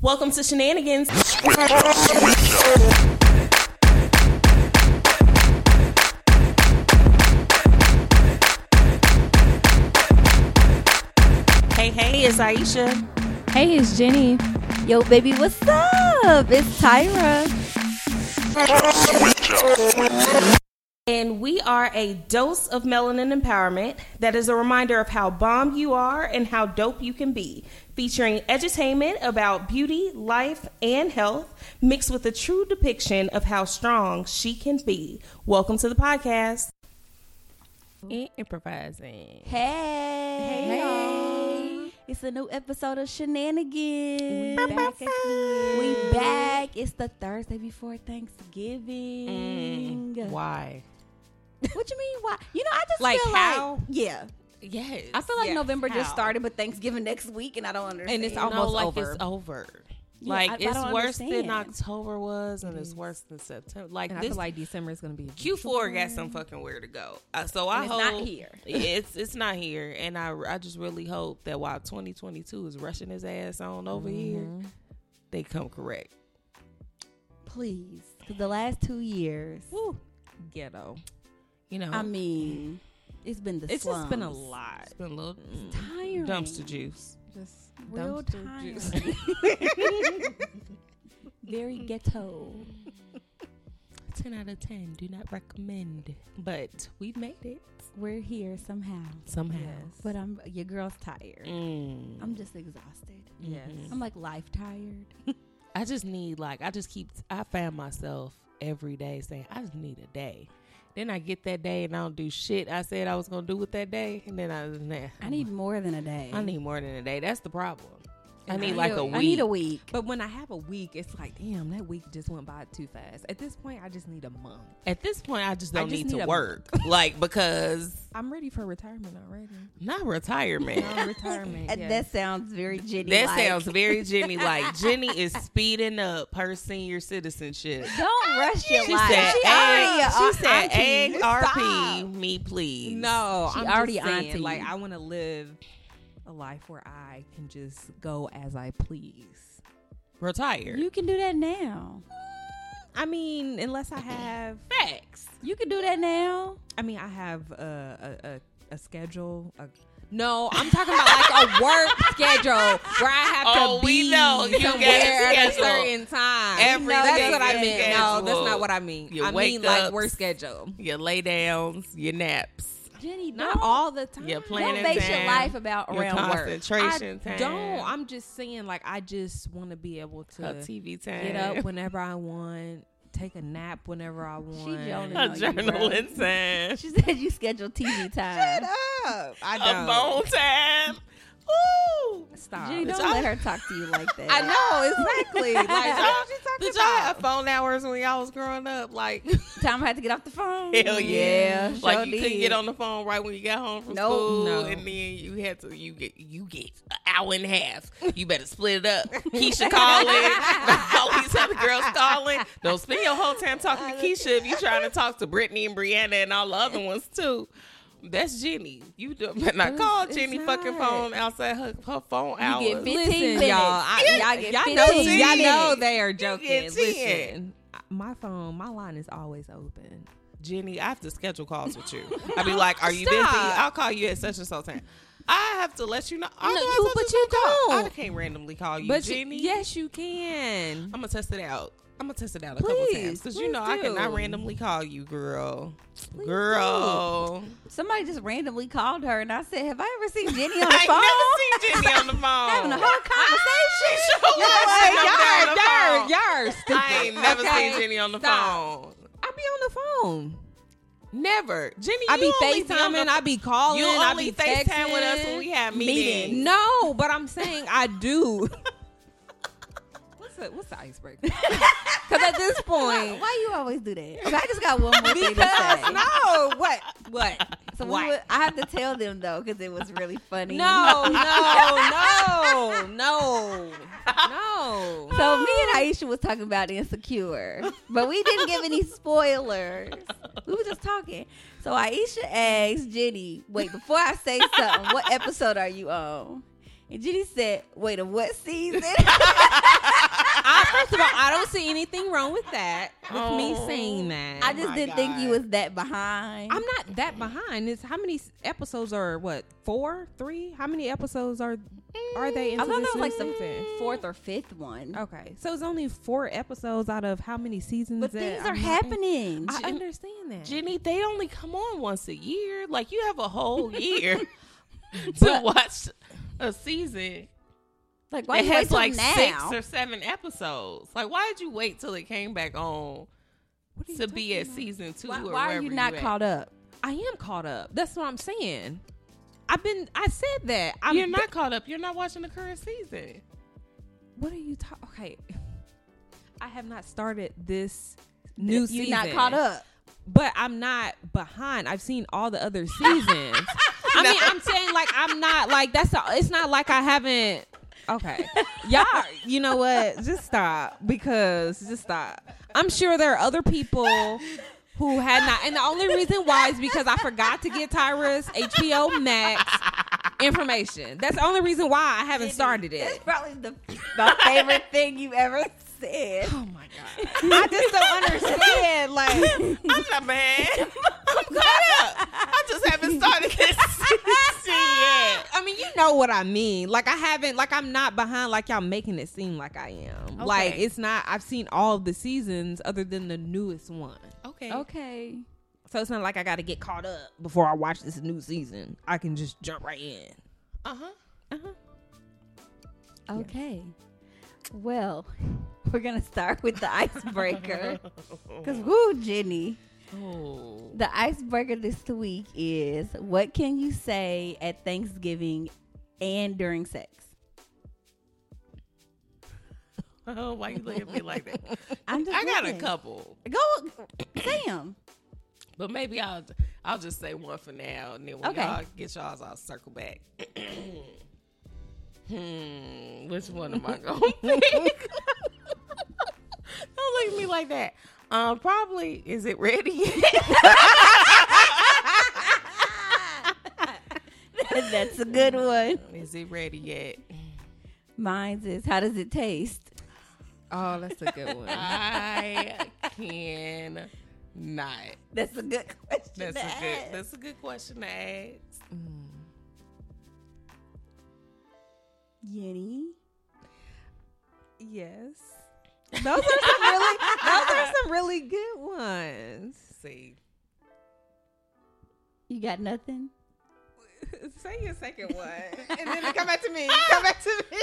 Welcome to Shenanigans. Hey, hey, it's Aisha. Hey, it's Jenny. Yo, baby, what's up? It's Tyra. And we are a dose of melanin empowerment that is a reminder of how bomb you are and how dope you can be. Featuring edutainment about beauty, life, and health, mixed with a true depiction of how strong she can be. Welcome to the podcast. And improvising. Hey. Hey. It's a new episode of Shenanigans. We back again. We back. It's the Thursday before Thanksgiving. Mm, Why? What you mean? Why? You know, I just Like feel how? like yeah. Yes. I feel like Yes, November just how? started, but Thanksgiving next week, and I don't understand. and it's No, almost like, over. it's over. Yeah, like I- I it's don't worse than understand. October was, and it's worse than September. Like And I this, feel like December is gonna be Q4 got some fucking where to go. Uh, so I And it's hope not here. It's it's not here, and I I just really hope that while 2022 is rushing his ass on over here, they come correct. please. 'Cause the last two years, ghetto. You know, I mean, it's been the It's just been a slums. lot. it's been a little Tiring. dumpster juice. Just Real dumpster juice. tiring. Very ghetto. Ten out of ten. Do not recommend, but we made it We're here somehow, somehow. Yes. but I'm your girl's tired. Mm. I'm just exhausted. Yes. I'm like life tired. mm-hmm. I just need like I just keep I find myself every day saying I just need a day. Then I get that day and I don't do shit I said I was gonna do with that day, and then I nah, I need more than a day. I need more than a day. That's the problem. I And need I like a know- week. I need a week. But when I have a week, it's like, damn, that week just went by too fast. At this point, I just need a month. At this point, I just don't just need, need to a work, like because I'm ready for retirement already. not retirement. Not retirement. And yes. That sounds very Jenny. That sounds very Jenny like. Jenny is speeding up her senior citizenship. Don't rush your She life. said, She already egg, a- she said, auntie. egg Stop. RP, me please. no, She I'm already already just auntie. saying, like I want to live a life where I can just go as I please. retire. You can do that now. I mean, unless I have Facts. You can do that now. I mean, I have a a, a, a schedule. A, no, I'm talking about like a work schedule where I have Oh, to we be know. You got a somewhere at a schedule. certain time. Every no, that's day what I you mean. schedule. No, that's not what I mean. Your I mean wake-ups. like work schedule. Your laydowns, your naps, Jenny, Not don't, all the time. Yeah, don't planning base your time, life about your around work. concentration I time. don't. I'm just saying, like, I just want to be able to her TV time. get up whenever I want, take a nap whenever I want. a yawning. No, you journaling time. She said you scheduled TV time. up. I A don't. phone time. Ooh. Stop. Jenny, don't Y'all- let her talk to you like that. I know exactly. Like, Y'all- what you talking Did y'all have about? phone hours when y'all was growing up? Like, Time I had to get off the phone. hell yeah. yeah like, sure you couldn't did. get on the phone right when you got home from Nope. school. No. And then you had to, you get, you get an hour and a half. You better split it up. Keisha calling. all these other girls calling. Don't spend your whole time talking to Keisha if you trying to talk to Brittany and Brianna and all the other ones, too. That's Jenny. You do, better not call it's Jenny fucking not. phone outside her, her phone hours. get 15 Listen, minutes. y'all. I, You y'all, get y'all know, 15 y'all know minutes. they are get joking. 10. Listen, my phone, my line is always open. Jenny, I have to schedule calls with you. I'd be like, "Are you busy? Stop. I'll call you at such and so time." I have to let you know. I No, know you- I but just you call. I don't. can't randomly call you, But Jenny. you, yes, you can. I'm gonna test it out. I'm gonna test it out a couple Please, times because you please know I cannot do. randomly call you, girl. girl, Somebody just randomly called her, and I said, "Have I ever seen Jenny on the phone?" I ain't never seen Jenny on the Having a phone. whole conversation. Sure wasn't up there on the phone. Yar, yar, stupid. I ain't never Okay? seen Jenny on the Stop. phone. I be on the phone. Never, Jenny. I be you only on the FaceTiming. I be calling. You I only be FaceTime with us when we texting. have meetings. No, but I'm saying I do. what's the what's the icebreaker? Because at this Why, point, why you always do that? Okay, I just got one more thing to because say. no, what what? So we Why? would- I have to tell them though, because it was really funny. No, no, no, no, no. So me and Aisha was talking about Insecure, but we didn't give any spoilers. We were just talking. So Aisha asked Jenny, "Wait, before I say something, what episode are you on?" And Jenny said, "Wait, of what season?" First of all, I don't see anything wrong with that. With me Oh. saying that, I just my didn't think you God. was that behind. I'm not that behind. It's how many s- episodes are what four, three? How many episodes are are they? Into Mm, I thought this that was Oh, like new the season? fourth or fifth one. Okay, so it's only four episodes out of how many seasons? But that things I'm are not in? happening. I understand that. Jenny, they only come on once a year. Like you have a whole year to watch a season like why that you wait has till like now? six or seven episodes. Like, why did you wait till it came back on What are you to be talking at about? season two? why or why are wherever you not at? caught up? I am caught up. That's what I'm saying. I've been. I said that. I'm You're not caught up. You're not watching the current season. What are you talking? Okay, I have not started this new You're season. not caught up. but I'm not behind. I've seen all the other seasons. I mean, I'm saying like I'm not like that's. A, it's not like I haven't. Okay, y'all. You know what? Just stop because just stop. I'm sure there are other people who had not, and the only reason why is because I forgot to get Tyra's HBO Max information. That's the only reason why I haven't started That's it. probably the my favorite thing you ever said. Oh my god! I just don't understand. Like I'm not mad. I'm caught up. I just haven't started this season yet. I mean, you know what I mean. Like I haven't, like I'm not behind. Like y'all making it seem like I am. Like it's not. I've seen all of the seasons other than the newest one. Okay. Okay. So it's not like I got to get caught up before I watch this new season. I can just jump right in. Uh huh. Okay. Well, we're gonna start with the icebreaker. Cause woo, Jenny. Oh. The icebreaker this week is what can you say at Thanksgiving and during sex? Oh, why you look at me like that? I'm just I got a looking. couple, Go, Sam. but maybe I'll I'll just say one for now, and then when Okay. y'all get y'all's, I'll circle back. hmm, which one am I gonna pick? Don't look at me like that. Um, probably is it ready? yet? That's a good one. is it ready yet? Mine's is how does it taste? Oh, that's a good one. I can not. That's a good question. That's to a good. ask. That's a good question to ask. Jenny. yes, those are some really, those are some really good ones. See, You got nothing? Say your second one, and then come back to me. Come back to me.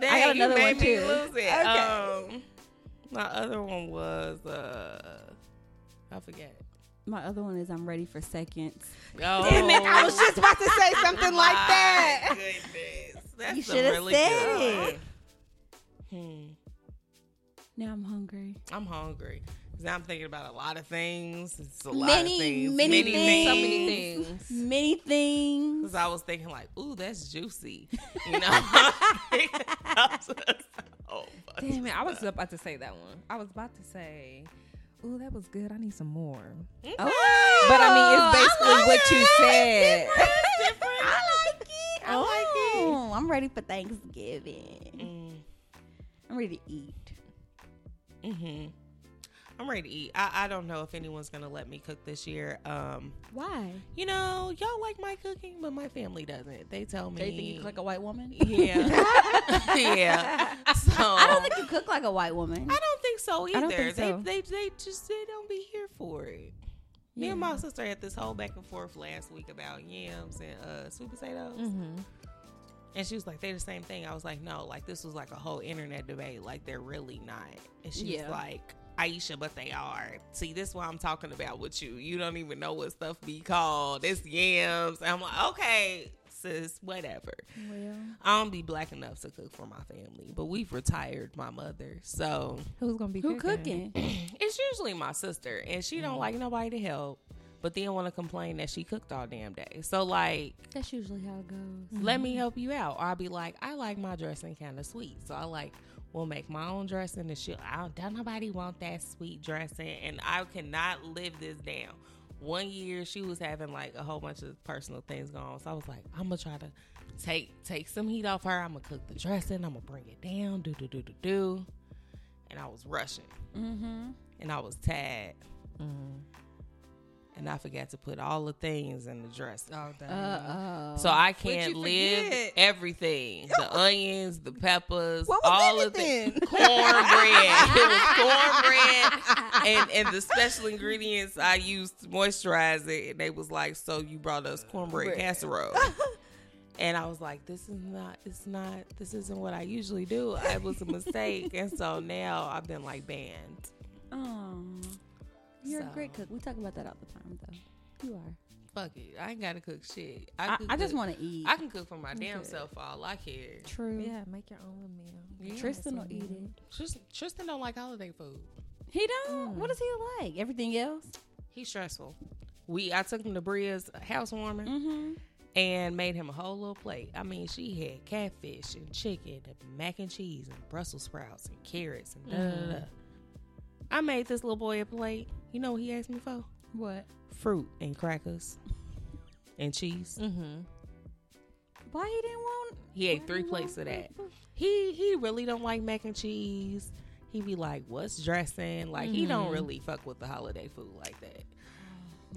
Dang, you another made one, me too. lose it. Okay. Um, my other one was uh, I forget. My other one is I'm ready for seconds. Oh, I was just about to say something like my that. Goodness, that's You a shoulda really said good one. Now I'm hungry. Hmm, I'm hungry. 'Cause I'm thinking about a lot of things. It's a lot Many, of things. many things. So many things. Many things. Because I was thinking like, ooh, that's juicy. You know. I was just- oh, but- Damn it, I was about to say that one. I was about to say, ooh, that was good. I need some more. Oh, But I mean, it's basically what you said. I like it. I like it. Oh, I'm ready for Thanksgiving. mm." I'm ready to eat. Mm-hmm. I'm ready to eat. I, I don't know if anyone's gonna let me cook this year. Um, Why? you know, y'all like my cooking, but my family doesn't. They tell me. Do you think you cook like a white woman? yeah, yeah. So I don't think you cook like a white woman. so either. don't think so. They, they they just they don't be here for it. Me and my sister had this whole back and forth last week about yams and uh, sweet potatoes. And she was like, they're the same thing. I was like, no, like this was like a whole internet debate. Like they're really not. And she Yeah. was like, Aisha, but they are. See, this is what I'm talking about with you. You don't even know what stuff be called. It's yams. And I'm like, okay, sis, whatever. I don't be black enough to cook for my family, but we've retired my mother. So Who's gonna be Who cooking? it's usually my sister, and she don't like nobody to help, but then want to complain that she cooked all damn day. So like, That's usually how it goes. let me help you out. Or I'll be like, I like my dressing kind of sweet. So I like will make my own dressing and shit. I don't, don't nobody want that sweet dressing. And I cannot live this down. One year she was having like a whole bunch of personal things going on. So I was like, I'm gonna try to take take some heat off her. I'm gonna cook the dressing. I'm gonna bring it down. Do do do do do. and I was rushing Mm-hmm. and I was tired and I forgot to put all the things in the dressing. Oh, dang. Uh oh. So I can't you live forget? everything. The onions, the peppers, What was all in of it the cornbread. it was cornbread and, and the special ingredients I used to moisturize it. And they was like, So you brought us cornbread casserole. And I was like, this is not, it's not, this isn't what I usually do. It was a mistake. and so now I've been like banned. You're a So- great cook. We talk about that all the time, though. You are. Fuck it. I ain't got to cook shit. I, could I just cook- want to eat. I can cook for my damn Okay. self for all I care. True. Yeah, make your own meal. Yeah. Tristan will eat it. Tristan, Tristan don't like holiday food. He don't. What is he like? Everything else? He's stressful. We I took him to Bria's housewarming Mm-hmm. and made him a whole little plate. I mean, she had catfish and chicken and mac and cheese and Brussels sprouts and carrots and da da da. I made this little boy a plate. You know what he asked me for? What? Fruit and crackers and cheese. Mm-hmm. Why he didn't want? He ate three plates of that. He he really don't like mac and cheese. He be like, "What's dressing?" Like he don't really fuck with the holiday food like that.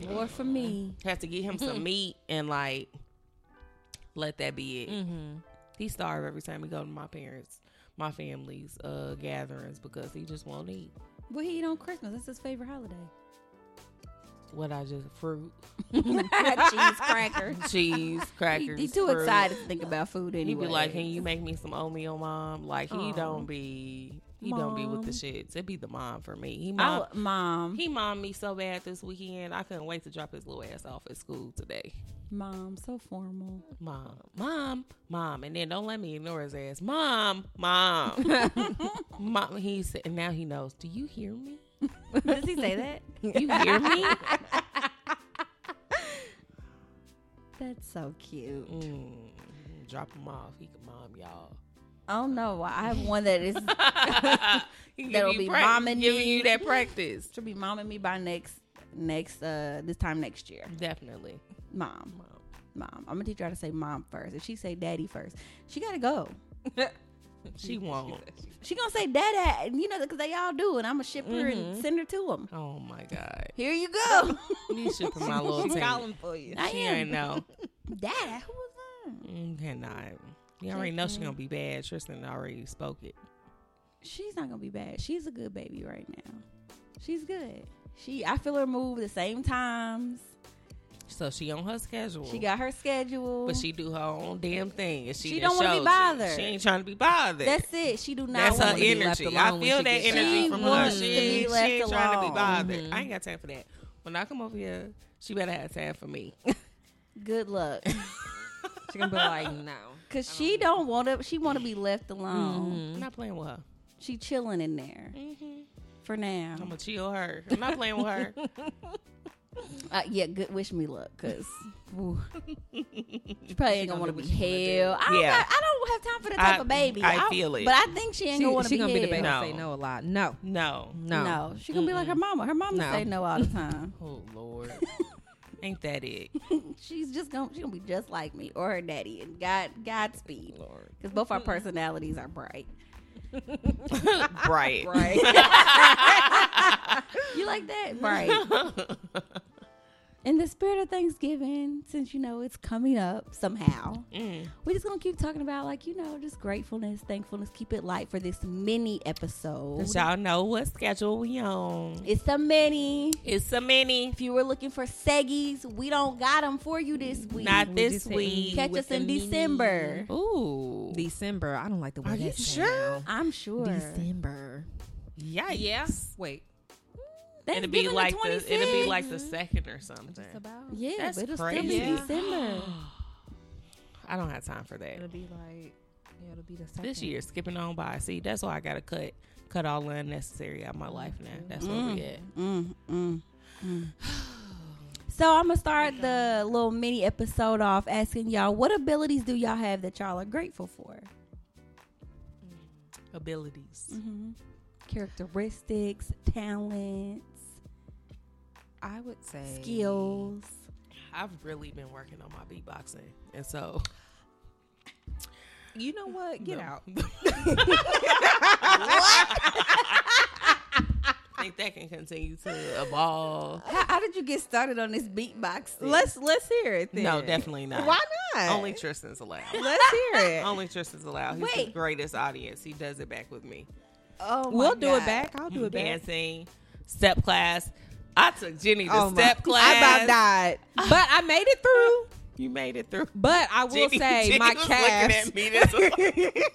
More for me. Have to get him Mm-hmm. some meat and like let that be it. Mm-hmm. He starve every time we go to my parents, my family's uh gatherings because he just won't eat What he eat on Christmas? That's his favorite holiday. what I just fruit, Cheese cracker. cheese, He, crackers. he too fruit. excited to think about food He anyway. be like, "Can you make me some oatmeal, mom?" Like he Aw. don't be he don't be with the Mom. shits. It be the mom for me. He mom I would- mom, He mommed me so bad this weekend. I couldn't wait to drop his little ass off at school today. mom, so formal. Mom, mom, mom, and then don't let me ignore his ass. Mom, mom, mom. He said, and now he knows. Do you hear me? Does he say that? You hear me? That's so cute. Mm, drop him off. He can mom y'all. Oh no, I have one that is He give That'll you be prac- momming giving me. you that practice. should be momming me by next next uh this time next year. Definitely, Mom, mom. mom. I'm gonna teach her how to say mom first. If she say daddy first, she gotta go. She won't. She gonna say dada, and you know because they all do, and I'm gonna ship her and send her to them. Oh my god. Here you go. You should put my little team. for you. I She am. ain't know. dada, who was that? Mm, Cannot. You already know she's gonna be bad. Tristan already spoke it. She's not gonna be bad. She's a good baby right now. She's good. She, I feel her move the same times. So she on her schedule. She got her schedule. but she do her own damn thing. And she, She done don't wanna be showed you. bothered. She ain't trying to be bothered. That's it. She do not. That's want her to be left energy. I alone when feel she that gets energy out. from She her. wants She, to ain't- be she left ain't trying to be alone. bothered. I ain't got time for that. When I come over here, she better have time for me. Good luck, She gonna be like, no. cause she don't want to. She want to be left alone. Mm-hmm. I'm not playing with her. She chilling in there for now. I'm gonna chill her. I'm not playing with her. Uh, yeah, good. Wish me luck, cause woo. she probably ain't gonna want to be held. I don't. Yeah. got- I don't have time for that type I- of baby. I feel it. but I think she ain't She, gonna want to she be gonna be the baby held. No. that say no a lot. No, No. no, No, she gonna be like her mama. Her mama No. say no all the time. Oh Lord. ain't that it? She's just gonna she gonna be just like me or her daddy. And God Godspeed, Lord. because both our personalities are bright. Bright. Right. You like that? Right. In the spirit of Thanksgiving, since you know it's coming up somehow, Mm. we're just gonna keep talking about like, you know, just gratefulness, thankfulness, keep it light for this mini episode. 'Cause y'all know what schedule we on. It's a mini. It's a mini. If you were looking for seggies, we don't got them for you this week. Not this just hit week. Catch us in December. Ooh. December. I don't like the way Are that you sound. I'm sure. December. Yikes. Wait. It'll be Thanksgiving like the, the it'll be 26th. like the second or something. about. yeah, That's but it'll crazy. still be Yeah. December. I don't have time for that. It'll be like. Yeah, it'll be the second. This year skipping on by. See, that's why I gotta cut cut all the unnecessary out of my life now. That's where we at. Mm, mm, mm. So I'm gonna start the little mini episode off asking y'all what abilities do y'all have that y'all are grateful for? Abilities. Mm-hmm. Characteristics, talents, I would say skills. I've really been working on my beatboxing, and so You know what? Get No. out. you to a ball. How, how did you get started on this beatbox? Let's let's hear it. Then. No, definitely not. Why not? Only Tristan's allowed. Let's hear it. Only Tristan's allowed. He's the Wait. greatest audience. He does it back with me. Oh, my we'll do God. it back. I'll do it back. Dancing, step class. I took Jenny to Oh my- step class. I about died, but I made it through. You made it through. But I will Jenny- say Jenny my was calves. looking at me this was like,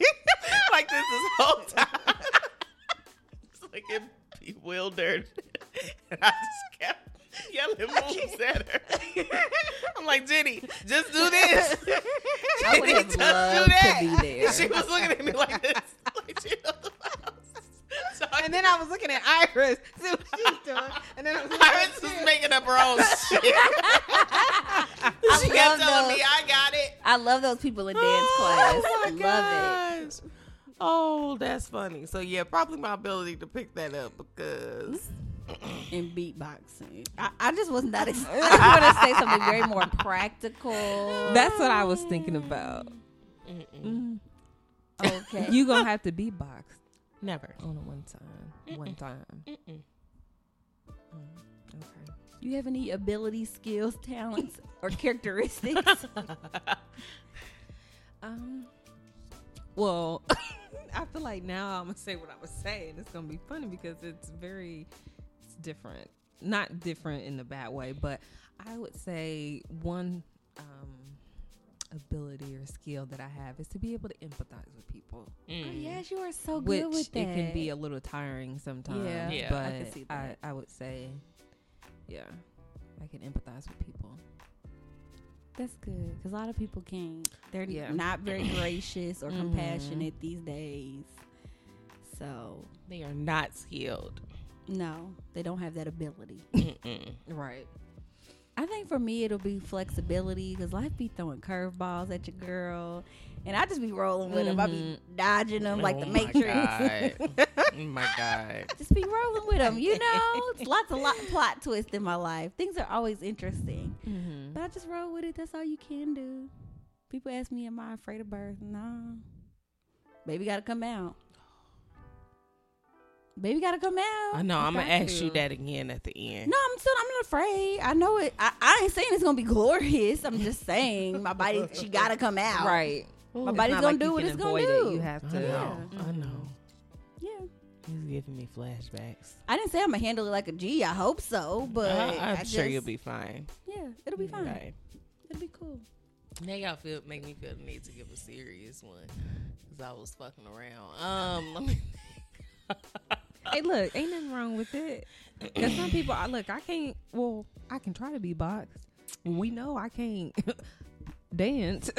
like this this whole time. it's like it bewildered, and I just kept yelling moves at her. I'm like Jenny, just do this. I would Jenny, have just do loved that. to be there. She was looking at me like this. Like, she was- so I And then I was looking at Iris, see what she's doing. And then I was looking Iris was making up her own shit. she kept love telling those. me, I got it. I love those people in dance class. Oh my love it. gosh. Oh, that's funny. So yeah, probably my ability to pick that up because in beatboxing. I, I just was not. Ex- I want to say something very more practical. That's what I was thinking about. Okay. You gonna have to be boxed never. on a one time. One time. Mm, Okay. you have any abilities, skills, talents, or characteristics? Um. Well, I feel like now I'm gonna say what I was saying. It's gonna be funny because it's very, it's different. Not different in a bad way, but I would say one um, ability or skill that I have is to be able to empathize with people, Oh, yes, you are so which good with it that. can be a little tiring sometimes. Yeah, Yeah. but I can I, see I, that. would say, yeah, I can empathize with people. That's good because a lot of people can't. They're Yeah. not very gracious or compassionate these days. So They are not skilled. no, they don't have that ability. Right. I think for me it'll be flexibility because life be throwing curveballs at your girl, and I just be rolling with them. I be dodging them like the Matrix. oh my god. Just be rolling with them, you know. It's lots of lot, plot twists in my life. Things are always interesting, Mm-hmm. but I just roll with it. That's all you can do. People ask me, "Am I afraid of birth?" Nah. Baby got to come out. Baby got to come out. I know. I'm gonna got ask you you. that again at the end. No, I'm still. I'm not afraid. I know it. I, I ain't saying it's gonna be glorious. I'm just saying my body. She gotta come out. Right. My body's not gonna you do what can it's gonna avoid it. do. You have I to. know. Yeah. I know. Yeah. He's giving me flashbacks. I didn't say I'm gonna handle it like a G. I hope so, but I, am I sure just- you'll be fine. Yeah, it'll be fine. Right. It'll be cool. Now y'all feel make me feel the need to give a serious one because I was fucking around. Um, let me- hey, look, ain't nothing wrong with it. Cause some people, I look, I can't. Well, I can try to be boxed. We know I can't dance.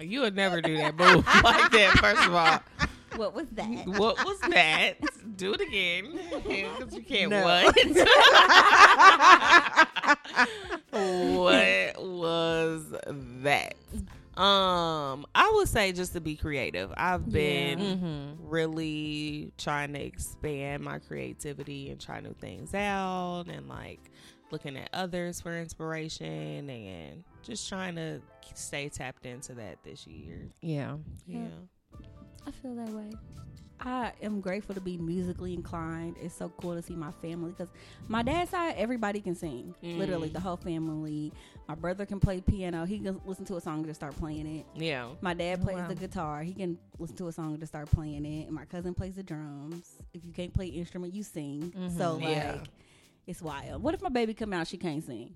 you would never do that move like that. First of all. What was that? What was that? Do it again. Because you can't No. what? what was that? Um, I would say just to be creative. I've been mm-hmm. really trying to expand my creativity and try new things out and like looking at others for inspiration and just trying to stay tapped into that this year. yeah. Yeah. I feel that way. I am grateful to be musically inclined. It's so cool to see my family because my dad's side, everybody can sing. Literally, Mm. the whole family. My brother can play piano. He can listen to a song and just start playing it. Yeah. My dad Oh, plays wow. the guitar. He can listen to a song and just start playing it. And my cousin plays the drums. If you can't play instrument, you sing. So like, Mm-hmm. Yeah. it's wild. What if my baby come out? She can't sing.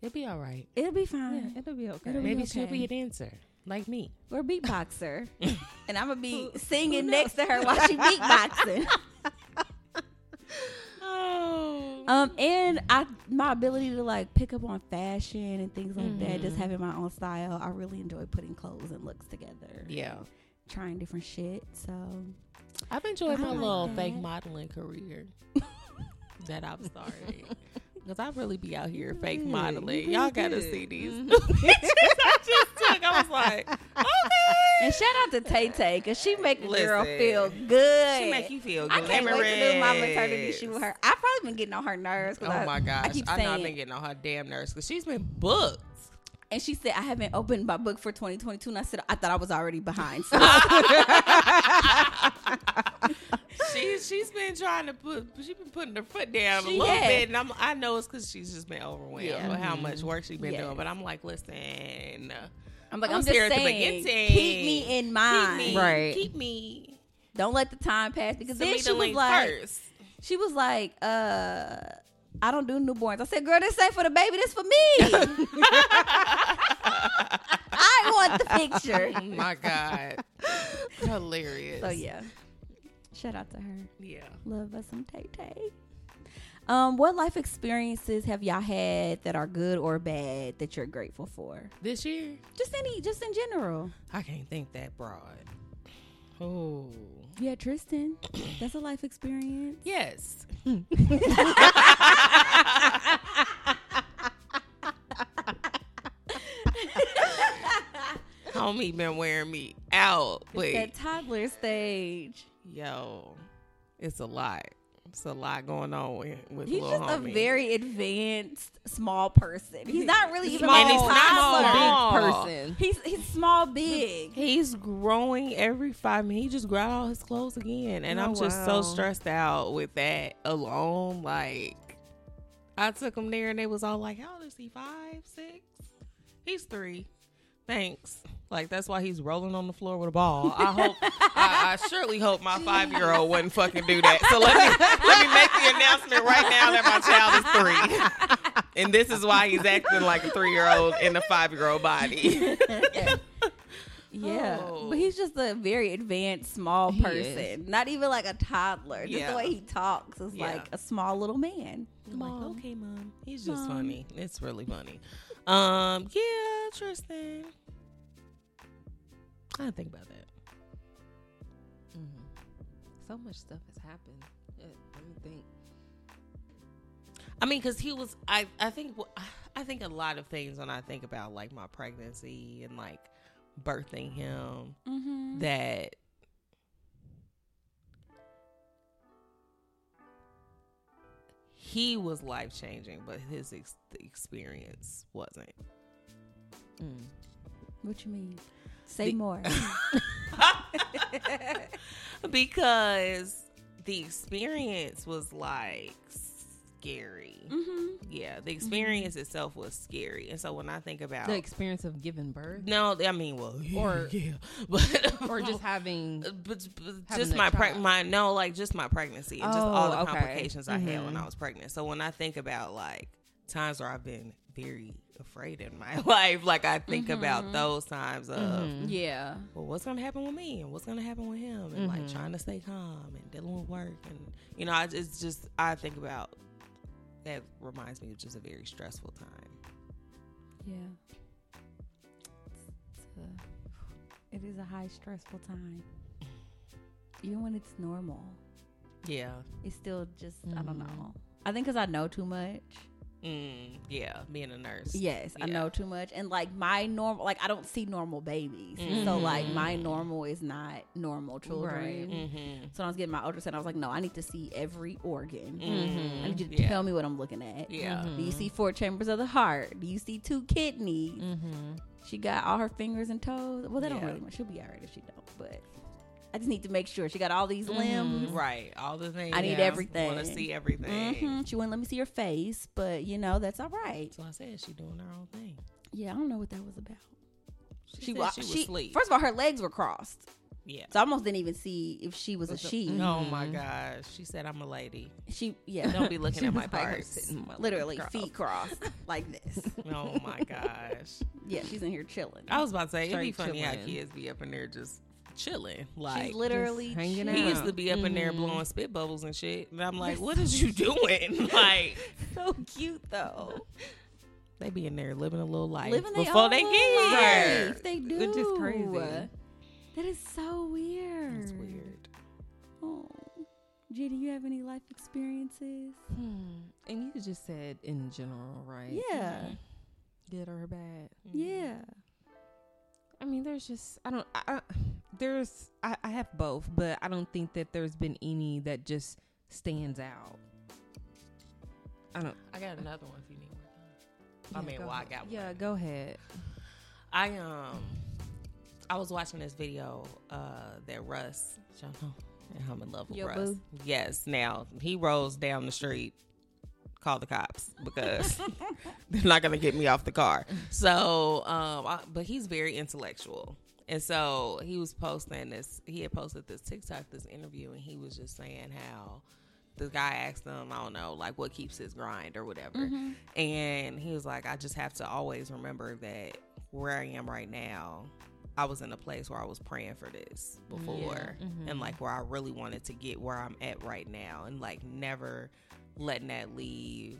It'd be all right. It'll be fine. it'll be okay. It'll be Maybe she'll okay. be a dancer like me. We're beatboxer, and I'm gonna be singing next to her while she beatboxing. Oh. Um, and I my ability to like pick up on fashion and things like that, Mm-hmm. just having my own style. I really enjoy putting clothes and looks together. Yeah. trying different shit. So I've enjoyed I my like little that. fake modeling career that I've started. Because I really be out here fake modeling. Y'all gotta see these pictures I just took. I was like, okay. and shout out to Tay Tay because she make a girl Listen. feel good. She make you feel I glamorous. can't wait to do my maternity shoot with her. I've probably been getting on her nerves. 'cause Oh I, my gosh. I keep I saying, know I've been getting on her damn nerves because she's been booked. and she said I haven't opened my book for 2022, and I said I thought I was already behind. So She, she's been trying to put. She been putting her foot down a She little has. bit, and I'm. I know it's because she's just been overwhelmed Yeah. with how much work she's been Yes. doing. But I'm like, listen, I'm like, I I'm, was just here at the saying, beginning. keep me in mind. keep me, Right. Keep me. Don't let the time pass because Send then me she the was link like, first. she was like, uh, I don't do newborns. I said, girl, this ain't for the baby. This for me. I want the Oh picture. my god, hilarious. So yeah, shout out to her. yeah. Love us some Tay Tay. Um, what life experiences have y'all had that are good or bad that you're grateful for? This year, Just any, just in general. I can't think that broad. Oh. Yeah, Tristan, that's a life experience. Yes. Homie been wearing me out. Wait. That toddler stage. Yo, it's a lot. It's a lot going on with, with He's little just homie. a very advanced small person. He's not really even Small, And he's a not toddler. small. big person. He's he's small big. He's growing every five minutes. He just grew out all his clothes again, and Oh, I'm just so wow. stressed out with that alone. Like, I took him there, and they was all like, "How old is he? Five, six? He's three. Thanks. Like that's why he's rolling on the floor with a ball. I hope, I, I surely hope my five year old wouldn't fucking do that. So let me let me make the announcement right now that my child is three. And this is why he's acting like a three year old in a five year old body. Yeah. Oh. But he's just a very advanced small He person. Not even like a toddler. Just Yeah. the way he talks is Yeah. like a small little man. I'm like, okay, mom. He's just Mom. funny. It's really funny. Um, yeah, Tristan. I didn't think about that. So much stuff has happened. Yeah, Let me think. I mean, because he was. I I think I think a lot of things when I think about like my pregnancy and like birthing him Mm-hmm. that. He was life changing, but his ex- experience wasn't. What you mean? Say The- more. Mm-hmm. because the experience was like scary. mm-hmm. Yeah, the experience itself was scary, and so when I think about The experience of giving birth, no, I mean, well, Or- yeah, but or just having but, but having just a my preg- child. my no, like just my pregnancy and just Oh, all the okay. complications I had when Mhm. I was pregnant. So when I think about like times where I've been very afraid in my life, like I think Mm-hmm. about those times of Yeah. well, what's gonna happen with me and what's gonna happen with him and like Mm-hmm. trying to stay calm and dealing with work and you know, I, it's just I think about that reminds me of just a very stressful time. Yeah. It's a, it is a high stressful time. Even when it's normal, Yeah. it's still just I don't know. I think because I know too much. Mm, yeah, being a nurse. Yes, I Yeah. know too much. And like my normal, like I don't see normal babies. Mm-hmm. So like my normal is not normal children. Mm-hmm. So when I was getting my ultrasound, I was like, no, I need to see every organ. Mhm. I need you to Yeah. tell me what I'm looking at. Yeah. Mm-hmm. Do you see four chambers of the heart? Do you see two kidneys? Mm-hmm. She got all her fingers and toes. Well, they don't Yeah. really. She'll be all right if she don't. But I just need to make sure she got all these limbs. Mm-hmm. Right. All the things. I need everything. want to see everything. hmm She wouldn't let me see her face, but you know that's all right. So I said she doing her own thing. Yeah, I don't know what that was about. She, She, said wa- she was she- asleep. First of all, her legs were crossed, yeah. so I almost didn't even see if she was a she. Mm-hmm. Oh my gosh. She said I'm a lady. She, yeah, Don't be looking at my It's like I'm parts. sitting in my living literally room. feet crossed like this. oh my gosh. Yeah, she's in here chilling. I was about to say it'd be Straight funny how chilling. kids be up in there just chilling. Like she's literally just hanging he chilling. used to be up in there Mm-hmm. blowing spit bubbles and shit. And I'm like, what is you doing? like so cute though. they be in there living a little life Living their before own they little get here. life. They do. Which is crazy. That is so weird. It's weird. Oh. G, do you have any life experiences? Hmm. And you just said in general, right? Yeah, Good or bad. Mm-hmm. yeah. I mean, there's just I don't I, I there's I, I have both, but I don't think that there's been any that just stands out. I don't. I got another one if you need one. I yeah, mean, go well, I ahead. got Yeah, one. go ahead. I um I was watching this video uh that Russ, y'all know And I'm in love with Your Russ. boo? Yes. Now he rolls down the street. Call the cops because they're not gonna get me off the car. So, um, I, but he's very intellectual, and so he was posting this. He had posted this TikTok, this interview, and he was just saying how the guy asked him, I don't know, like what keeps his grind or whatever, Mm-hmm. and he was like, I just have to always remember that where I am right now, I was in a place where I was praying for this before and like where I really wanted to get where I'm at right now and like never letting that leave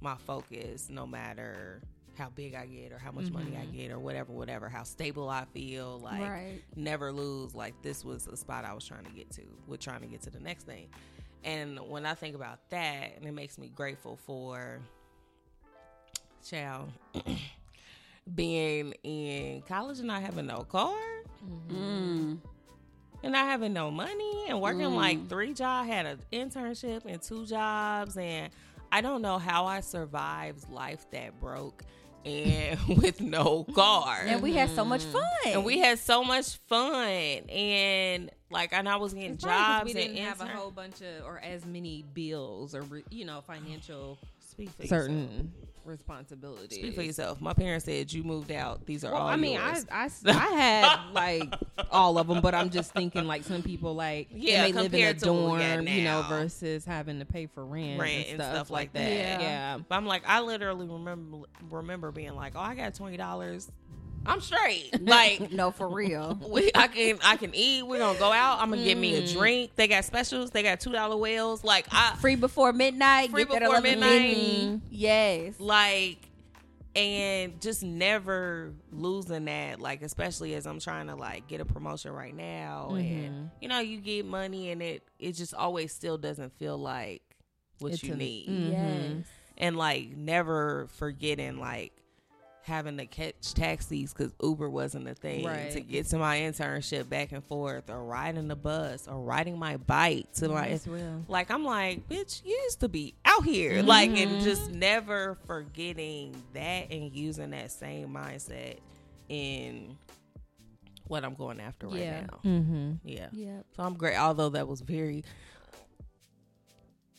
my focus no matter how big I get or how much money I get or whatever whatever how stable I feel like Right. never lose like this was a spot I was trying to get to with trying to get to the next thing and when I think about that and it makes me grateful for child being in college and not having no car Mm. and not having no money and working like three jobs, had an internship and two jobs, and I don't know how I survived life that broke and with no car. And we had so much fun. Mm-hmm. And we had so much fun, and like, and I was getting It's probably jobs 'cause we and didn't have a intern- whole bunch of or as many bills or re- you know financial Speak for yourself. certain responsibilities. Speak for yourself. My parents said you moved out. These are Well, all. I mean, I, yours. I s- I had like all of them, but I'm just thinking like some people like Yeah, yeah, they live in a compared to what we got dorm, you know, now. versus having to pay for rent, Rent and, stuff like that. that. Yeah. But I'm like, I literally remember remember being like, oh, I got twenty dollars. I'm straight. Like no, for real. we, I can I can eat. We're gonna go out. I'm gonna get me a Mm. drink. They got specials. They got two dollar whales. Like I Free before midnight. Free get that before 11:50. Yes. like and just never losing that. Like especially as I'm trying to like get a promotion right now, and you know you get money and it it just always still doesn't feel like what It's you a- need. Mm. Yes. and like never forgetting like having to catch taxis because Uber wasn't a thing Right. to get to my internship back and forth, or riding the bus, or riding my bike to my That's real. like I'm like bitch you used to be out here like Mm-hmm. and just never forgetting that and using that same mindset in what I'm going after right Yeah. now Mm-hmm. yeah Yep. so I'm great. Although that was very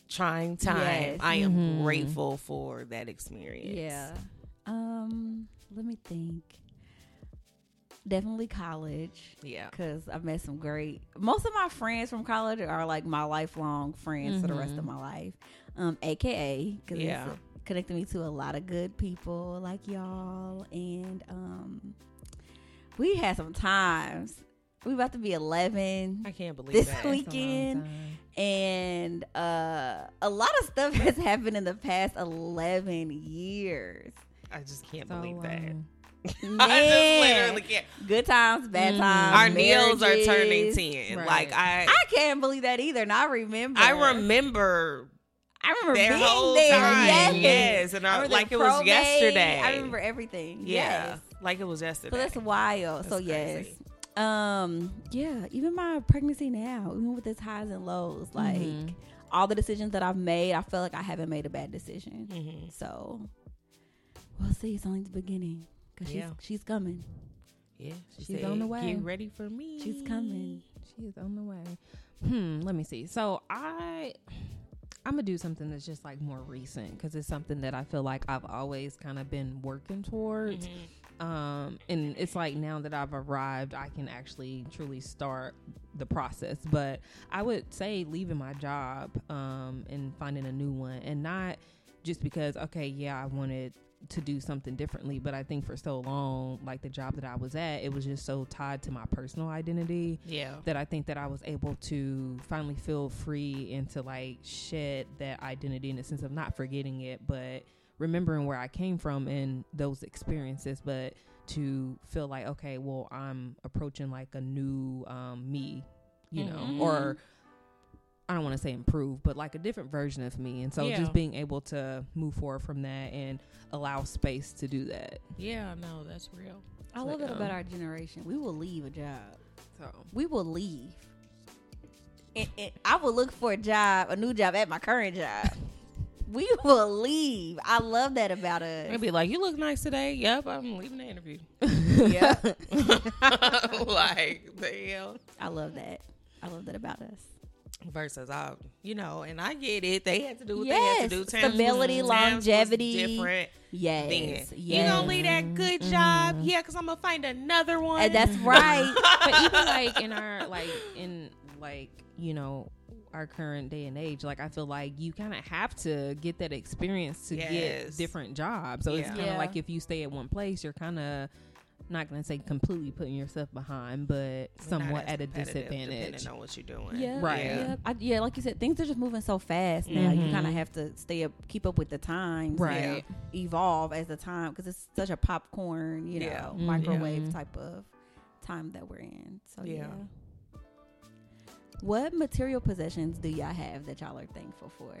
trying time, Yes. Mm-hmm. I am Mhm. grateful for that experience. Yeah. Um, let me think. Definitely college. Yeah. Cause I met some great. Most of my friends from college are like my lifelong friends for the rest of my life, um, aka cause it's Mm-hmm. Yeah. connected me to a lot of good people like y'all, and um, we had some times. We about to be eleven I can't believe this that. weekend, and uh, a lot of stuff has happened in the past eleven years. I just can't believe that. um, I just Man, literally can't. good times, bad times. Our nails are turning marriages. ten. Right. Like I, I can't believe that either. And I remember. I remember I remember their being whole there. time. Yes. Yes, and I I, remember like the it was probate. yesterday. I remember everything. Yeah, Yes. like it was yesterday. So that's wild. so That's yes. crazy. Um. Yeah. Even my pregnancy now, even with its highs and lows, like all the decisions that I've made, I feel like I haven't made a bad decision. Mhm. So we'll see. It's only the beginning. Cause she's Yeah. she's coming. Yeah, she She's said, on the way. Get ready for me. She's coming. She's on the way. Hmm. Let me see. So I, I'm gonna do something that's just like more recent because it's something that I feel like I've always kind of been working towards. Um, and it's like now that I've arrived, I can actually truly start the process. But I would say leaving my job um, and finding a new one, and not just because okay, yeah, I wanted to do something differently, but I think for so long, like the job that I was at, it was just so tied to my personal identity Yeah. that I think that I was able to finally feel free and to like shed that identity in the sense of not forgetting it, but remembering where I came from and those experiences, but to feel like, okay, well, I'm approaching like a new um, me, you Mhm. know, or I don't want to say improve, but like a different version of me. And so Yeah. just being able to move forward from that and allow space to do that. Yeah. No, that's real. I love it about our generation. We will leave a job. So we will leave. And, and I will look for a job, a new job at my current job. we will leave. I love that about us. They'd be like, "You look nice today." Yep, I'm leaving the interview. Yeah. like the hell. I love that. I love that about us. versus I, you know, and I get it. They had to do what they Yes, had to do. Towns was- stability, Towns was longevity. different Yes. then. yes. You gonna leave that good job? Yeah, because I'm gonna find another one. And that's right. but even like in our like in like you know our current day and age like i feel like you kind of have to get that experience to Yes. get different jobs so it's Yeah. kind of Yeah. like if you stay at one place you're kind of not gonna say completely putting yourself behind but You're not somewhat as at a competitive disadvantage depending on what you're doing. Yeah, Right. Mm-hmm. Yeah. I, yeah, like you said, things are just moving so fast now. You kind of have to stay up, keep up with the times, and Right. evolve as the time because it's such a popcorn, you know, Yeah. Mm-hmm. Mhm. microwave type of time that we're in. So yeah. Yeah. What material possessions do y'all have that y'all are thankful for?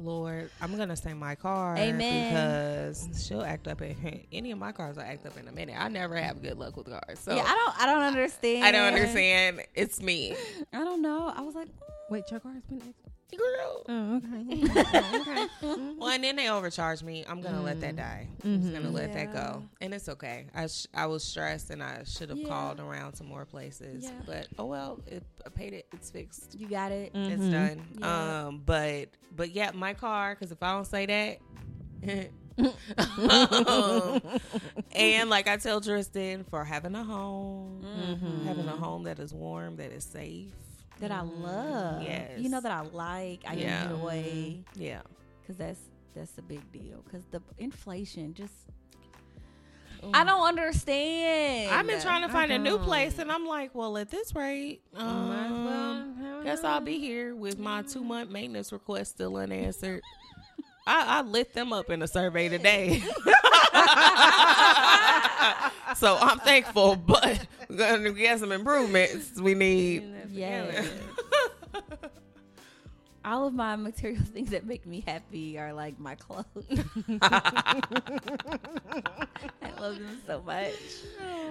Lord, I'm gonna say my car. Amen. Because she'll act up in any of my cars. will act up in a minute. I never have good luck with cars, so yeah, I don't, I don't understand. I don't understand. It's me, I don't know. I was like, mm, wait your car's been ex- girl. oh okay okay Well, and then they overcharge me. I'm gonna let that die. I'm just gonna let that go, and it's okay. I sh- I was stressed, and I should have Yeah. called around to more places, Yeah. but oh well. It, I paid it. It's fixed. you got it. Mm-hmm. It's done. Yeah. Um, but but yeah, my car. Because if I don't say that. Um, and like I tell Tristan, for having a home, having a home that is warm, that is safe. That I Mm-hmm. love. yes. You know that I like. I Yeah. enjoy. Yeah, because that's that's a big deal because the inflation just I don't understand. I've been trying to find a new place, and I'm like, well, at this rate, um, Guess I'll be here with my two month maintenance request still unanswered. I, I lit them up in a survey today. so I'm thankful, but we're gonna get some improvements we need. yeah all of my material things that make me happy are like my clothes i love them so much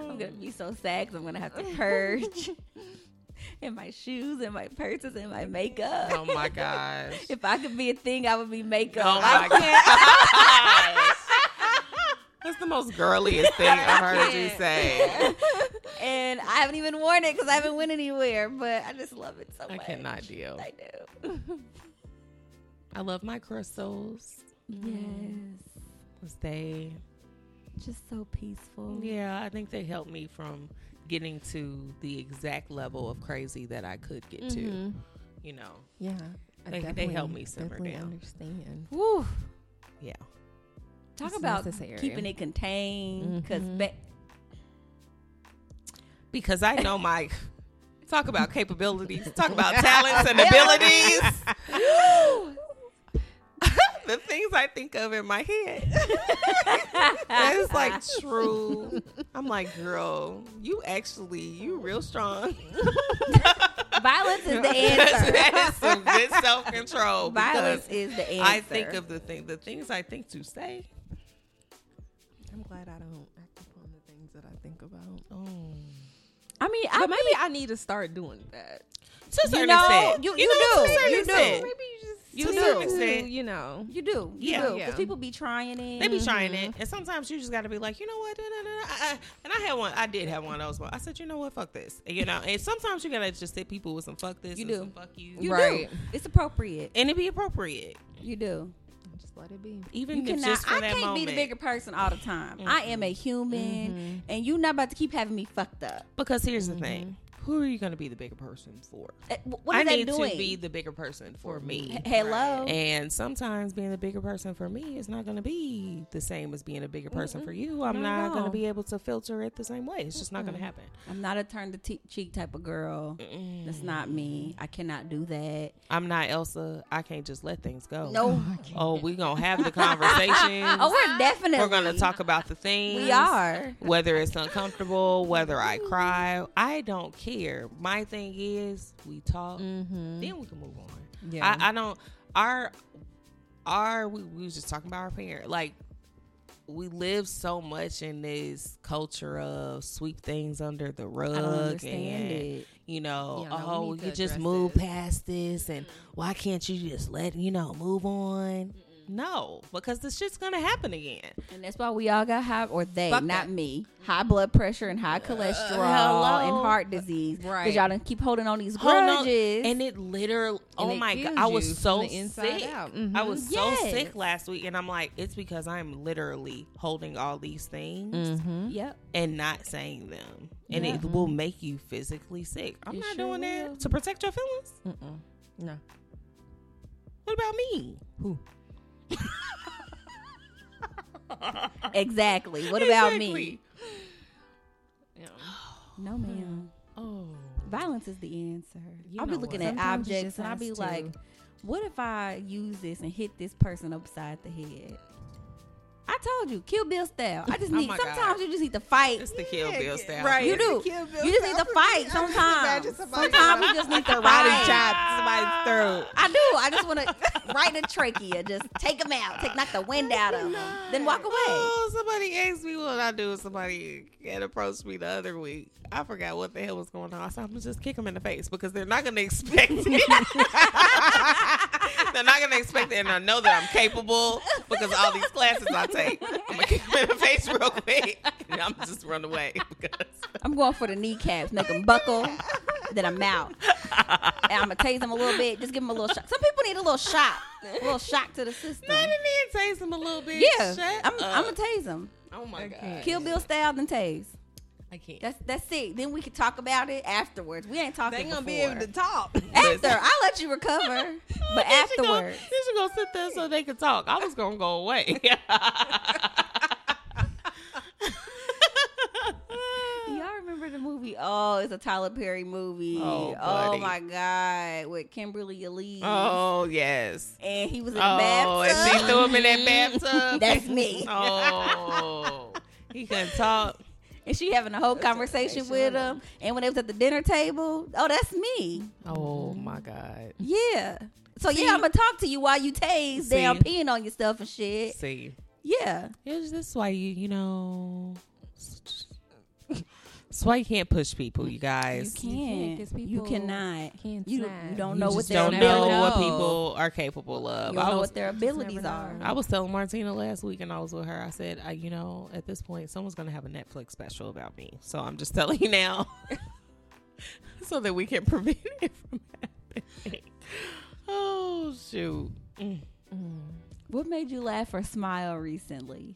i'm gonna be so sad 'cause i'm gonna have to purge and my shoes and my purses and my makeup Oh my gosh. if i could be a thing i would be makeup Oh I my can't- gosh. That's the most girliest thing I've heard you say. and i haven't even worn it because i haven't went anywhere but i just love it so I much cannot deal. i do I love my crystals. yes 'cause They just so peaceful. Yeah, I think they helped me from getting to the exact level of crazy that I could get Mm-hmm. to. You know, Mm-hmm. yeah They- they definitely- help me simmer definitely down. understand Woo. yeah. Talk It's about necessary. keeping it contained because Because I know my talk about capabilities, talk about talents and abilities. the things I think of in my head. that is like true. I'm like, girl, you actually, you real strong. violence is the answer. that is some good self control. Violence is the answer. I think of the thing, the things I think to say. i'm glad i don't act upon the things that i think about Mm. I mean, I mean, but maybe I need to start doing that. To a certain know, extent. you- you know, do, To a certain you do. extent. Maybe you just You to a do. certain Extent. extent, you know. you do. You Yeah. do. Because Yeah. people be trying it. They be trying it, and sometimes you just got to be like, you know what? da, da, da, da, I- I- And I had one. I did have one of those. Where I said, you know what? Fuck this. You know. And sometimes you gotta just hit people with some fuck this. You and do. Some fuck you. You Right. do. It's appropriate. And it be appropriate, You do. Just let it be. even You if cannot. just for I that can't moment. Mm-hmm. be the bigger person all the time. I am a human, and you not about to keep having me fucked up. Because here's the thing: who are you gonna be the bigger person for? Eh, wh- Mm-hmm. What is I that need doing? to be the bigger person for me. H- Hello. And sometimes being the bigger person for me is not going to be the same as being a bigger person for you. I'm Not at not going all. to be able to filter it the same way. It's just not going to happen. I'm not a turn the te- cheek type of girl. That's not me. I cannot do that. I'm not Elsa. I can't just let things go. No. Oh, we gonna have the conversation. Oh, we're definitely. We're gonna talk about the things. We are. Whether it's uncomfortable, whether I cry, I don't care. My thing is, we talk, then we can move on. Mm-hmm. Yeah. I, I don't. Our, our, we, we was just talking about our parent. Like, we live so much in this culture of sweep things under the rug. understand and, it. You know, Yeah, no, we oh, need we to could just address move this. past this, and why can't you just let you know move on? No, because this shit's gonna happen again. And that's why we all got high, or they, Fuck not that. Uh, me. High blood pressure and high cholesterol hello. and heart disease. Right. Because y'all done keep holding on these Hold on. grudges. Oh, And it literally, oh it my God, kills I you was so from the inside sick. out. Mhm. I was so Yes. sick last week. And I'm like, it's because I'm literally holding all these things Mm-hmm. Mm. yep. and not saying them. And it will make you physically sick. I'm It not sure doing will. that to protect your feelings. Mm-mm. No. What about me? Who? Exactly. What about me? Exactly. No, ma'am. Oh. Violence is the answer. Hmm. You I'll be know looking what? at Sometimes it's objects just and I'll us be too. like, What if I use this and hit this person upside the head? I told you, Kill Bill style. I just Oh need, my God. sometimes you just need to fight. It's the Kill Bill style. You do. You just need to fight sometimes. Sometimes you just need to Body fight. chop somebody's throat. I do. I just want to right in the trachea. Just take them out. Take knock the wind out of them. Then walk away. Oh, somebody asked me what I do. Somebody had approached me the other week. I forgot what the hell was going on. I said, I'm gonna just kick them in the face because they're not gonna expect it. they're not gonna expect it, and I know that I'm capable because all these classes I take. I'm gonna kick them in the face real quick, and I'm just run away because I'm going for the kneecaps. Make them buckle. Then I'm out. And I'm gonna tase them a little bit. Just give them a little shock. Some people need a little shock. A little shock to the system. I didn't even tase them a little bit. Yeah, Shut I'm, up. I'm gonna tase them. oh my god, Kill Bill style then tase. I can't. That's that's it. Then we can talk about it afterwards. We ain't talking. They gonna be before. able to talk. After I let you recover, but Gonna, afterwards, you should go sit there so they could talk. I was gonna go away. Y'all remember the movie? Oh, it's a Tyler Perry movie. Oh, Oh, buddy. my god, with Kimberly Elise, oh yes. and he was in the Oh, and she bathtub. threw him in that bathtub. That's me. Oh, he couldn't talk. and she having a whole conversation with him. And when they was at the dinner table, oh, that's me. Oh my god. Yeah. So yeah, I'm gonna talk to you while you tase See? down, peeing on yourself and shit. See, Yeah. it's, this is why you you know. That's why you can't push people, you guys. You can't. 'cause you people cannot. can't You, snap. you don't You know what just their don't abilities. know what are. people are capable You of. don't I know was what their abilities are. I was telling Martina last week, and I was with her. I said, I, you know, at this point, someone's going to have a Netflix special about me. So I'm just telling you now, so that we can prevent it from happening. Oh shoot! Mm. What made you laugh or smile recently?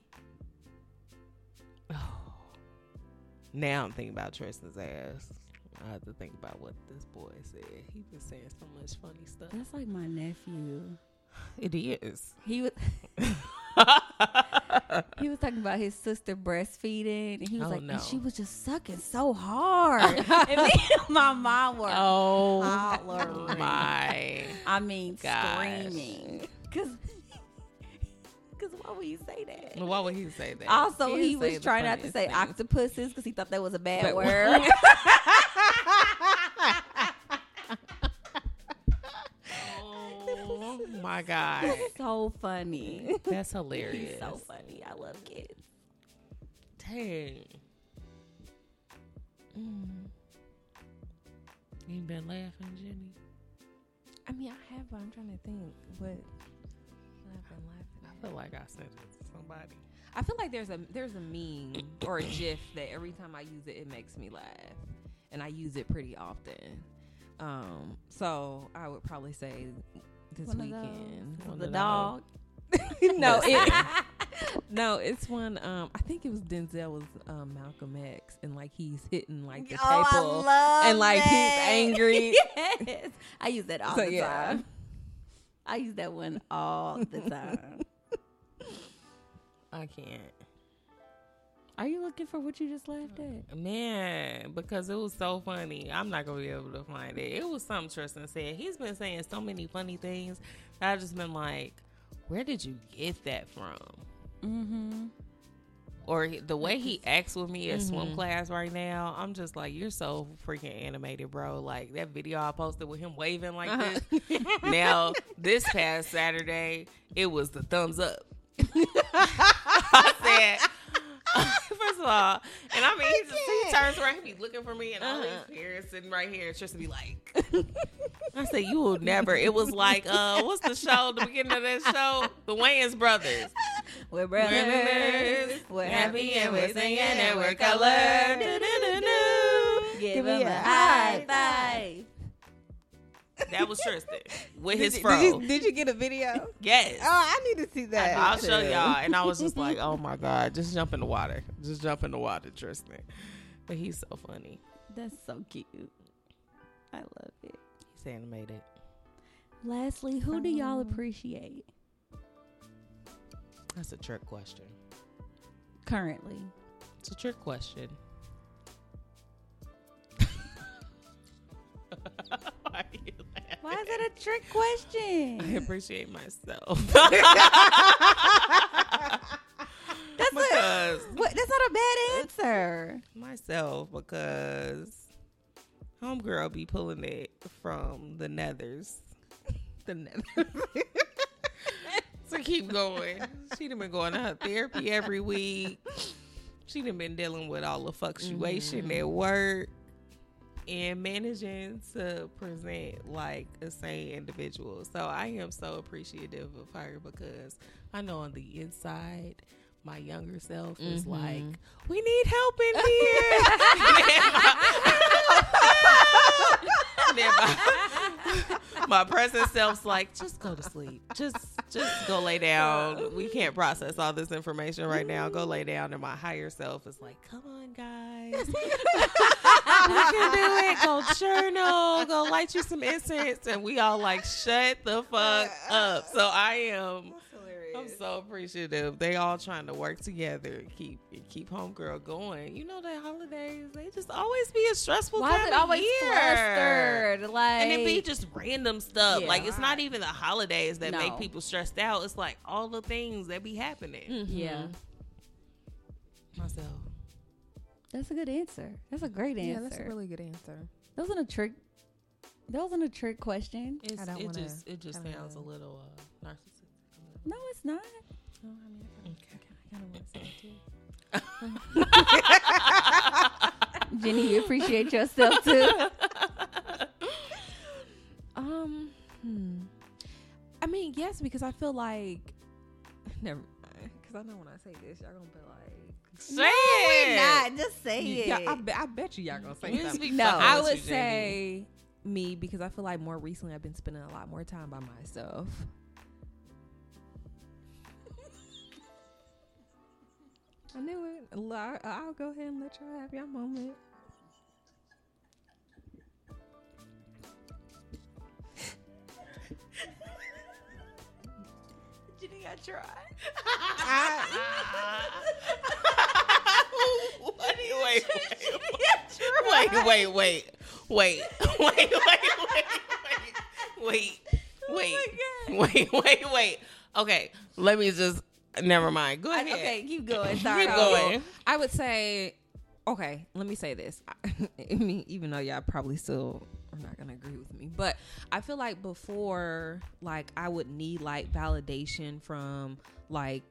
Now I'm thinking about Tristan's ass. I have to think about what this boy said. He was saying so much funny stuff. That's like my nephew. It is. He was he was talking about his sister breastfeeding, and he was Oh, like, no. and she was just sucking so hard. and me and my mom were Oh hollering. my! I mean, Gosh. screaming. Cause, cause why would you say that? Why would he say that? Also, He he say was the trying not to funniest say things. octopuses because he thought that was a bad But- word. Oh my god! so funny. That's He's hilarious. so funny. I love kids. Dang. Mm. You been laughing, Jenny. I mean, I have. But I'm trying to think what. I've been laughing I at. feel like I said it to somebody. I feel like there's a there's a meme or a GIF that every time I use it, it makes me laugh, and I use it pretty often. Um, so I would probably say this One of weekend. those. One The of dog. no, it, no, it's when um, I think it was Denzel was um, Malcolm X, and like he's hitting like the Oh, I table, love and like that. he's angry. yes. I use that all So, the yeah. time. I use that one all the time. I can't. Are you looking for what you just laughed at? Man, because it was so funny. I'm not gonna be able to find it. It was something Tristan said. He's been saying so many funny things. I've just been like, where did you get that from? Mm-hmm. or he- the way he acts with me at swim class right now, I'm just like, you're so freaking animated, bro. Like that video I posted with him waving like this. now, this past Saturday, it was the thumbs up. I said, First of all, and I mean, he just he turns around, he be looking for me, and all these here sitting right here, and Tristan be like, "I said you will never." It was like, uh, what's the show? The beginning of that show, the Wayans brothers. We're brothers. We're happy and we're singing and we're colored. Do-do-do-do. Give him a high five. That was Tristan with his did, fro. you, did you get a video? yes. Oh, I need to see that. I'll show y'all. And I was just like, oh my God, just jump in the water. Just jump in the water, Tristan. But he's so funny. That's so cute. I love it. He's animated. Lastly, who do y'all appreciate That's a trick question. currently? It's a trick question. Why are you laughing? Why is that a trick question? I appreciate myself. Oh That's because What? That's not a bad answer. myself because homegirl be pulling it from the nethers. The nethers. so keep going. She done been going to her therapy every week. She done been dealing with all the fluctuation at work and managing to present like a sane individual. So I am so appreciative of her because I know on the inside my younger self is like, we need help in here. And then my- my present self's like, just go to sleep. Just just go lay down. We can't process all this information right now. Go lay down. And my higher self is like, come on, guys. we can do it. Go journal. Go light you some incense. And we all like, shut the fuck up. So I am. I'm so appreciative. They all trying to work together and keep and keep homegirl going. You know the holidays, they just always be a stressful Why time is it of always year. flustered? Like, And it be just random stuff. Yeah. Like it's not even the holidays that No. make people stressed out. It's like all the things that be happening. yeah. mm. Myself. That's a good answer. That's a great answer. Yeah, that's a really good answer. that wasn't a trick. That wasn't a trick question. It's, I don't it wanna- just it just I don't sounds a know. little uh, narcissistic. No, it's not. No, I mean, I kind of want to say it too. Jenny, you appreciate yourself too. Um, hmm. I mean, yes, because I feel like never mind. Because I know when I say this, y'all gonna be like, Say it. Not just say it. yeah, I, be- I bet you y'all gonna say We something. speak No. fucking I with would you, Jenny. say me because I feel like more recently I've been spending a lot more time by myself. I knew it. L- I- I'll go ahead and let y'all have your moment. Jenny, I tried. What do you- Ah. wait, wait, wait, wait, wait, wait, wait, wait, Oh wait, wait, wait, wait, wait. Okay, let me just. Never mind. Go ahead. Okay, keep going. Sorry. Keep going. I would say, okay, let me say this. I mean, even though y'all probably still are not gonna agree with me, but I feel like before, like I would need like validation from like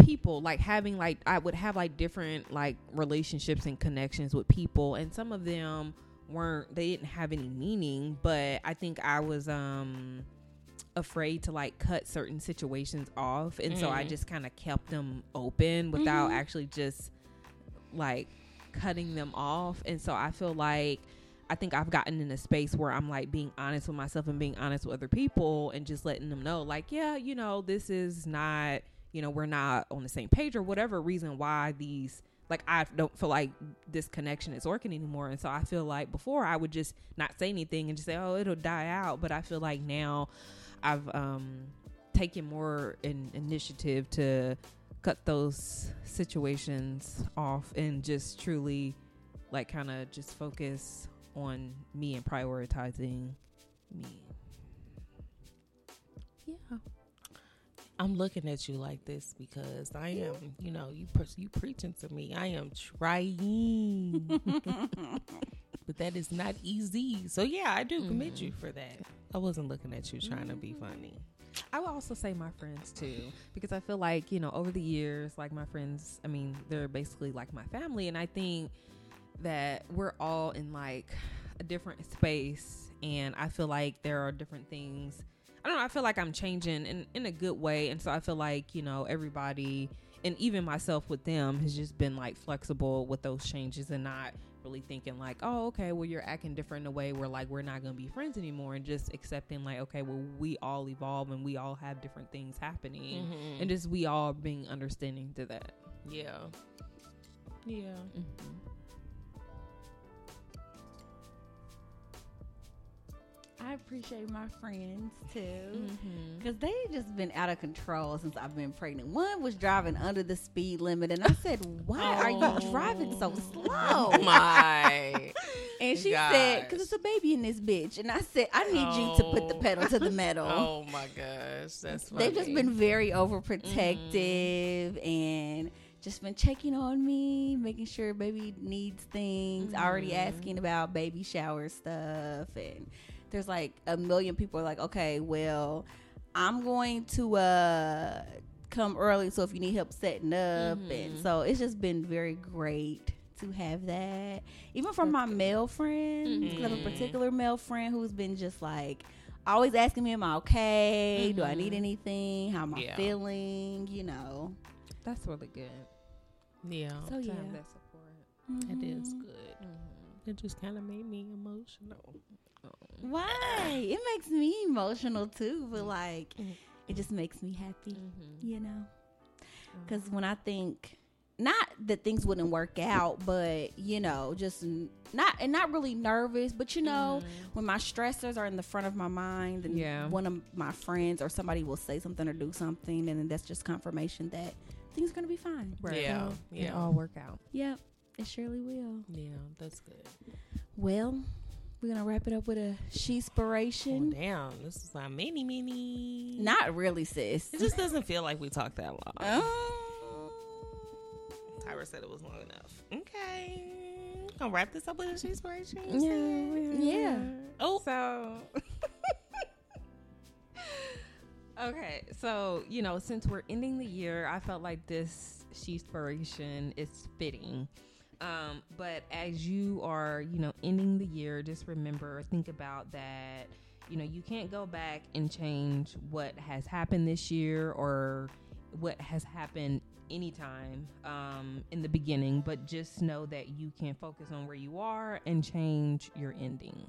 people like having like i would have like different like relationships and connections with people and some of them weren't they didn't have any meaning but i think i was um afraid to like cut certain situations off and so i just kind of kept them open without actually just like cutting them off and so i feel like i think i've gotten in a space where i'm like being honest with myself and being honest with other people and just letting them know like yeah you know this is not you know we're not on the same page or whatever reason why these like i don't feel like this connection is working anymore and so i feel like before i would just not say anything and just say oh it'll die out but i feel like now i've um taken more in- initiative to cut those situations off and just truly like kind of just focus on me and prioritizing me yeah I'm looking at you like this because I am, you know, you pre- you preaching to me. I am trying, but that is not Mm-hmm. easy. So yeah, I do commit you for that. I wasn't looking at you trying to be funny. I would also say my friends too, because I feel like you know over the years, like my friends. I mean, they're basically like my family, and I think that we're all in like a different space, and I feel like there are different things. I don't know. I feel like I'm changing in in a good way, and so I feel like you know everybody, and even myself with them, has just been like flexible with those changes and not really thinking like, oh, okay, well, you're acting different in a way where like we're not gonna be friends anymore, and just accepting like, okay, well, we all evolve and we all have different things happening, Mm-hmm. Mm-hmm. and just we all being understanding to that. Yeah. Yeah. I appreciate my friends too, Mm-hmm. because they just been out of control since I've been pregnant. One was driving under the speed limit, and I said, "Why are you driving so slow?" Oh my. and she said, gosh. "Because it's a baby in this bitch." And I said, "I need you to put the Oh. pedal to the metal." oh my gosh. That's funny. Mm-hmm. They've just been very overprotective and just been checking on me, making sure baby needs things, already Mm-hmm. asking about baby shower stuff. And there's like a million people are like, okay, well, I'm going to uh, come early. So if you need help setting up. And Mm-hmm. so it's just been very great to have that. Even from my male friends, 'cause Mm-hmm. I have a particular male friend who's been just like, always asking me, "Am I okay? Do I need anything? How am I Yeah. feeling?" You know. That's really good. Yeah. Mm-hmm. So yeah, To have that support. It is good. It just kind of made me emotional. Mm-hmm. why it makes me emotional too, Mm. but like it just makes me happy, you know. Mm. Because when I think, not that things wouldn't work out, but you know, just n- not and not really nervous, but you know, Mm-hmm. when my stressors are in the front of my mind, and Yeah. one of my friends or somebody will say something or do something, and then that's just confirmation that things are gonna be fine. Yeah. It Yeah. all work out. Yep, it surely will. Yeah. That's good. Well, we're gonna wrap it up with a Well, she-spiration. damn. This is our mini mini. Not really, sis. It just doesn't feel like we talked that long. Um, Tyra said it was long enough. Okay. Gonna wrap this up with a inspiration. yeah. Oh. So. okay, so you know, since we're ending the year, I felt like this shespiration is fitting. Um, but as you are, you know, ending the year, just remember, think about that. You know, you can't go back and change what has happened this year or what has happened anytime um, in the beginning, but just know that you can focus on where you are and change your ending.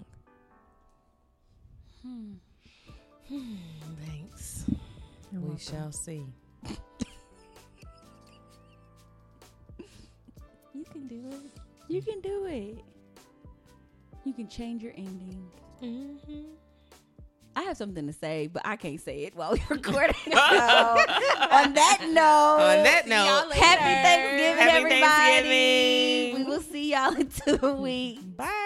hmm, Thanks. we shall see. You can do it. You can do it. You can change your ending. I have something to say, but I can't say it while we're recording. so, on that note, On that note, happy Thanksgiving, happy everybody. Thanksgiving. We will see y'all in two weeks. Bye.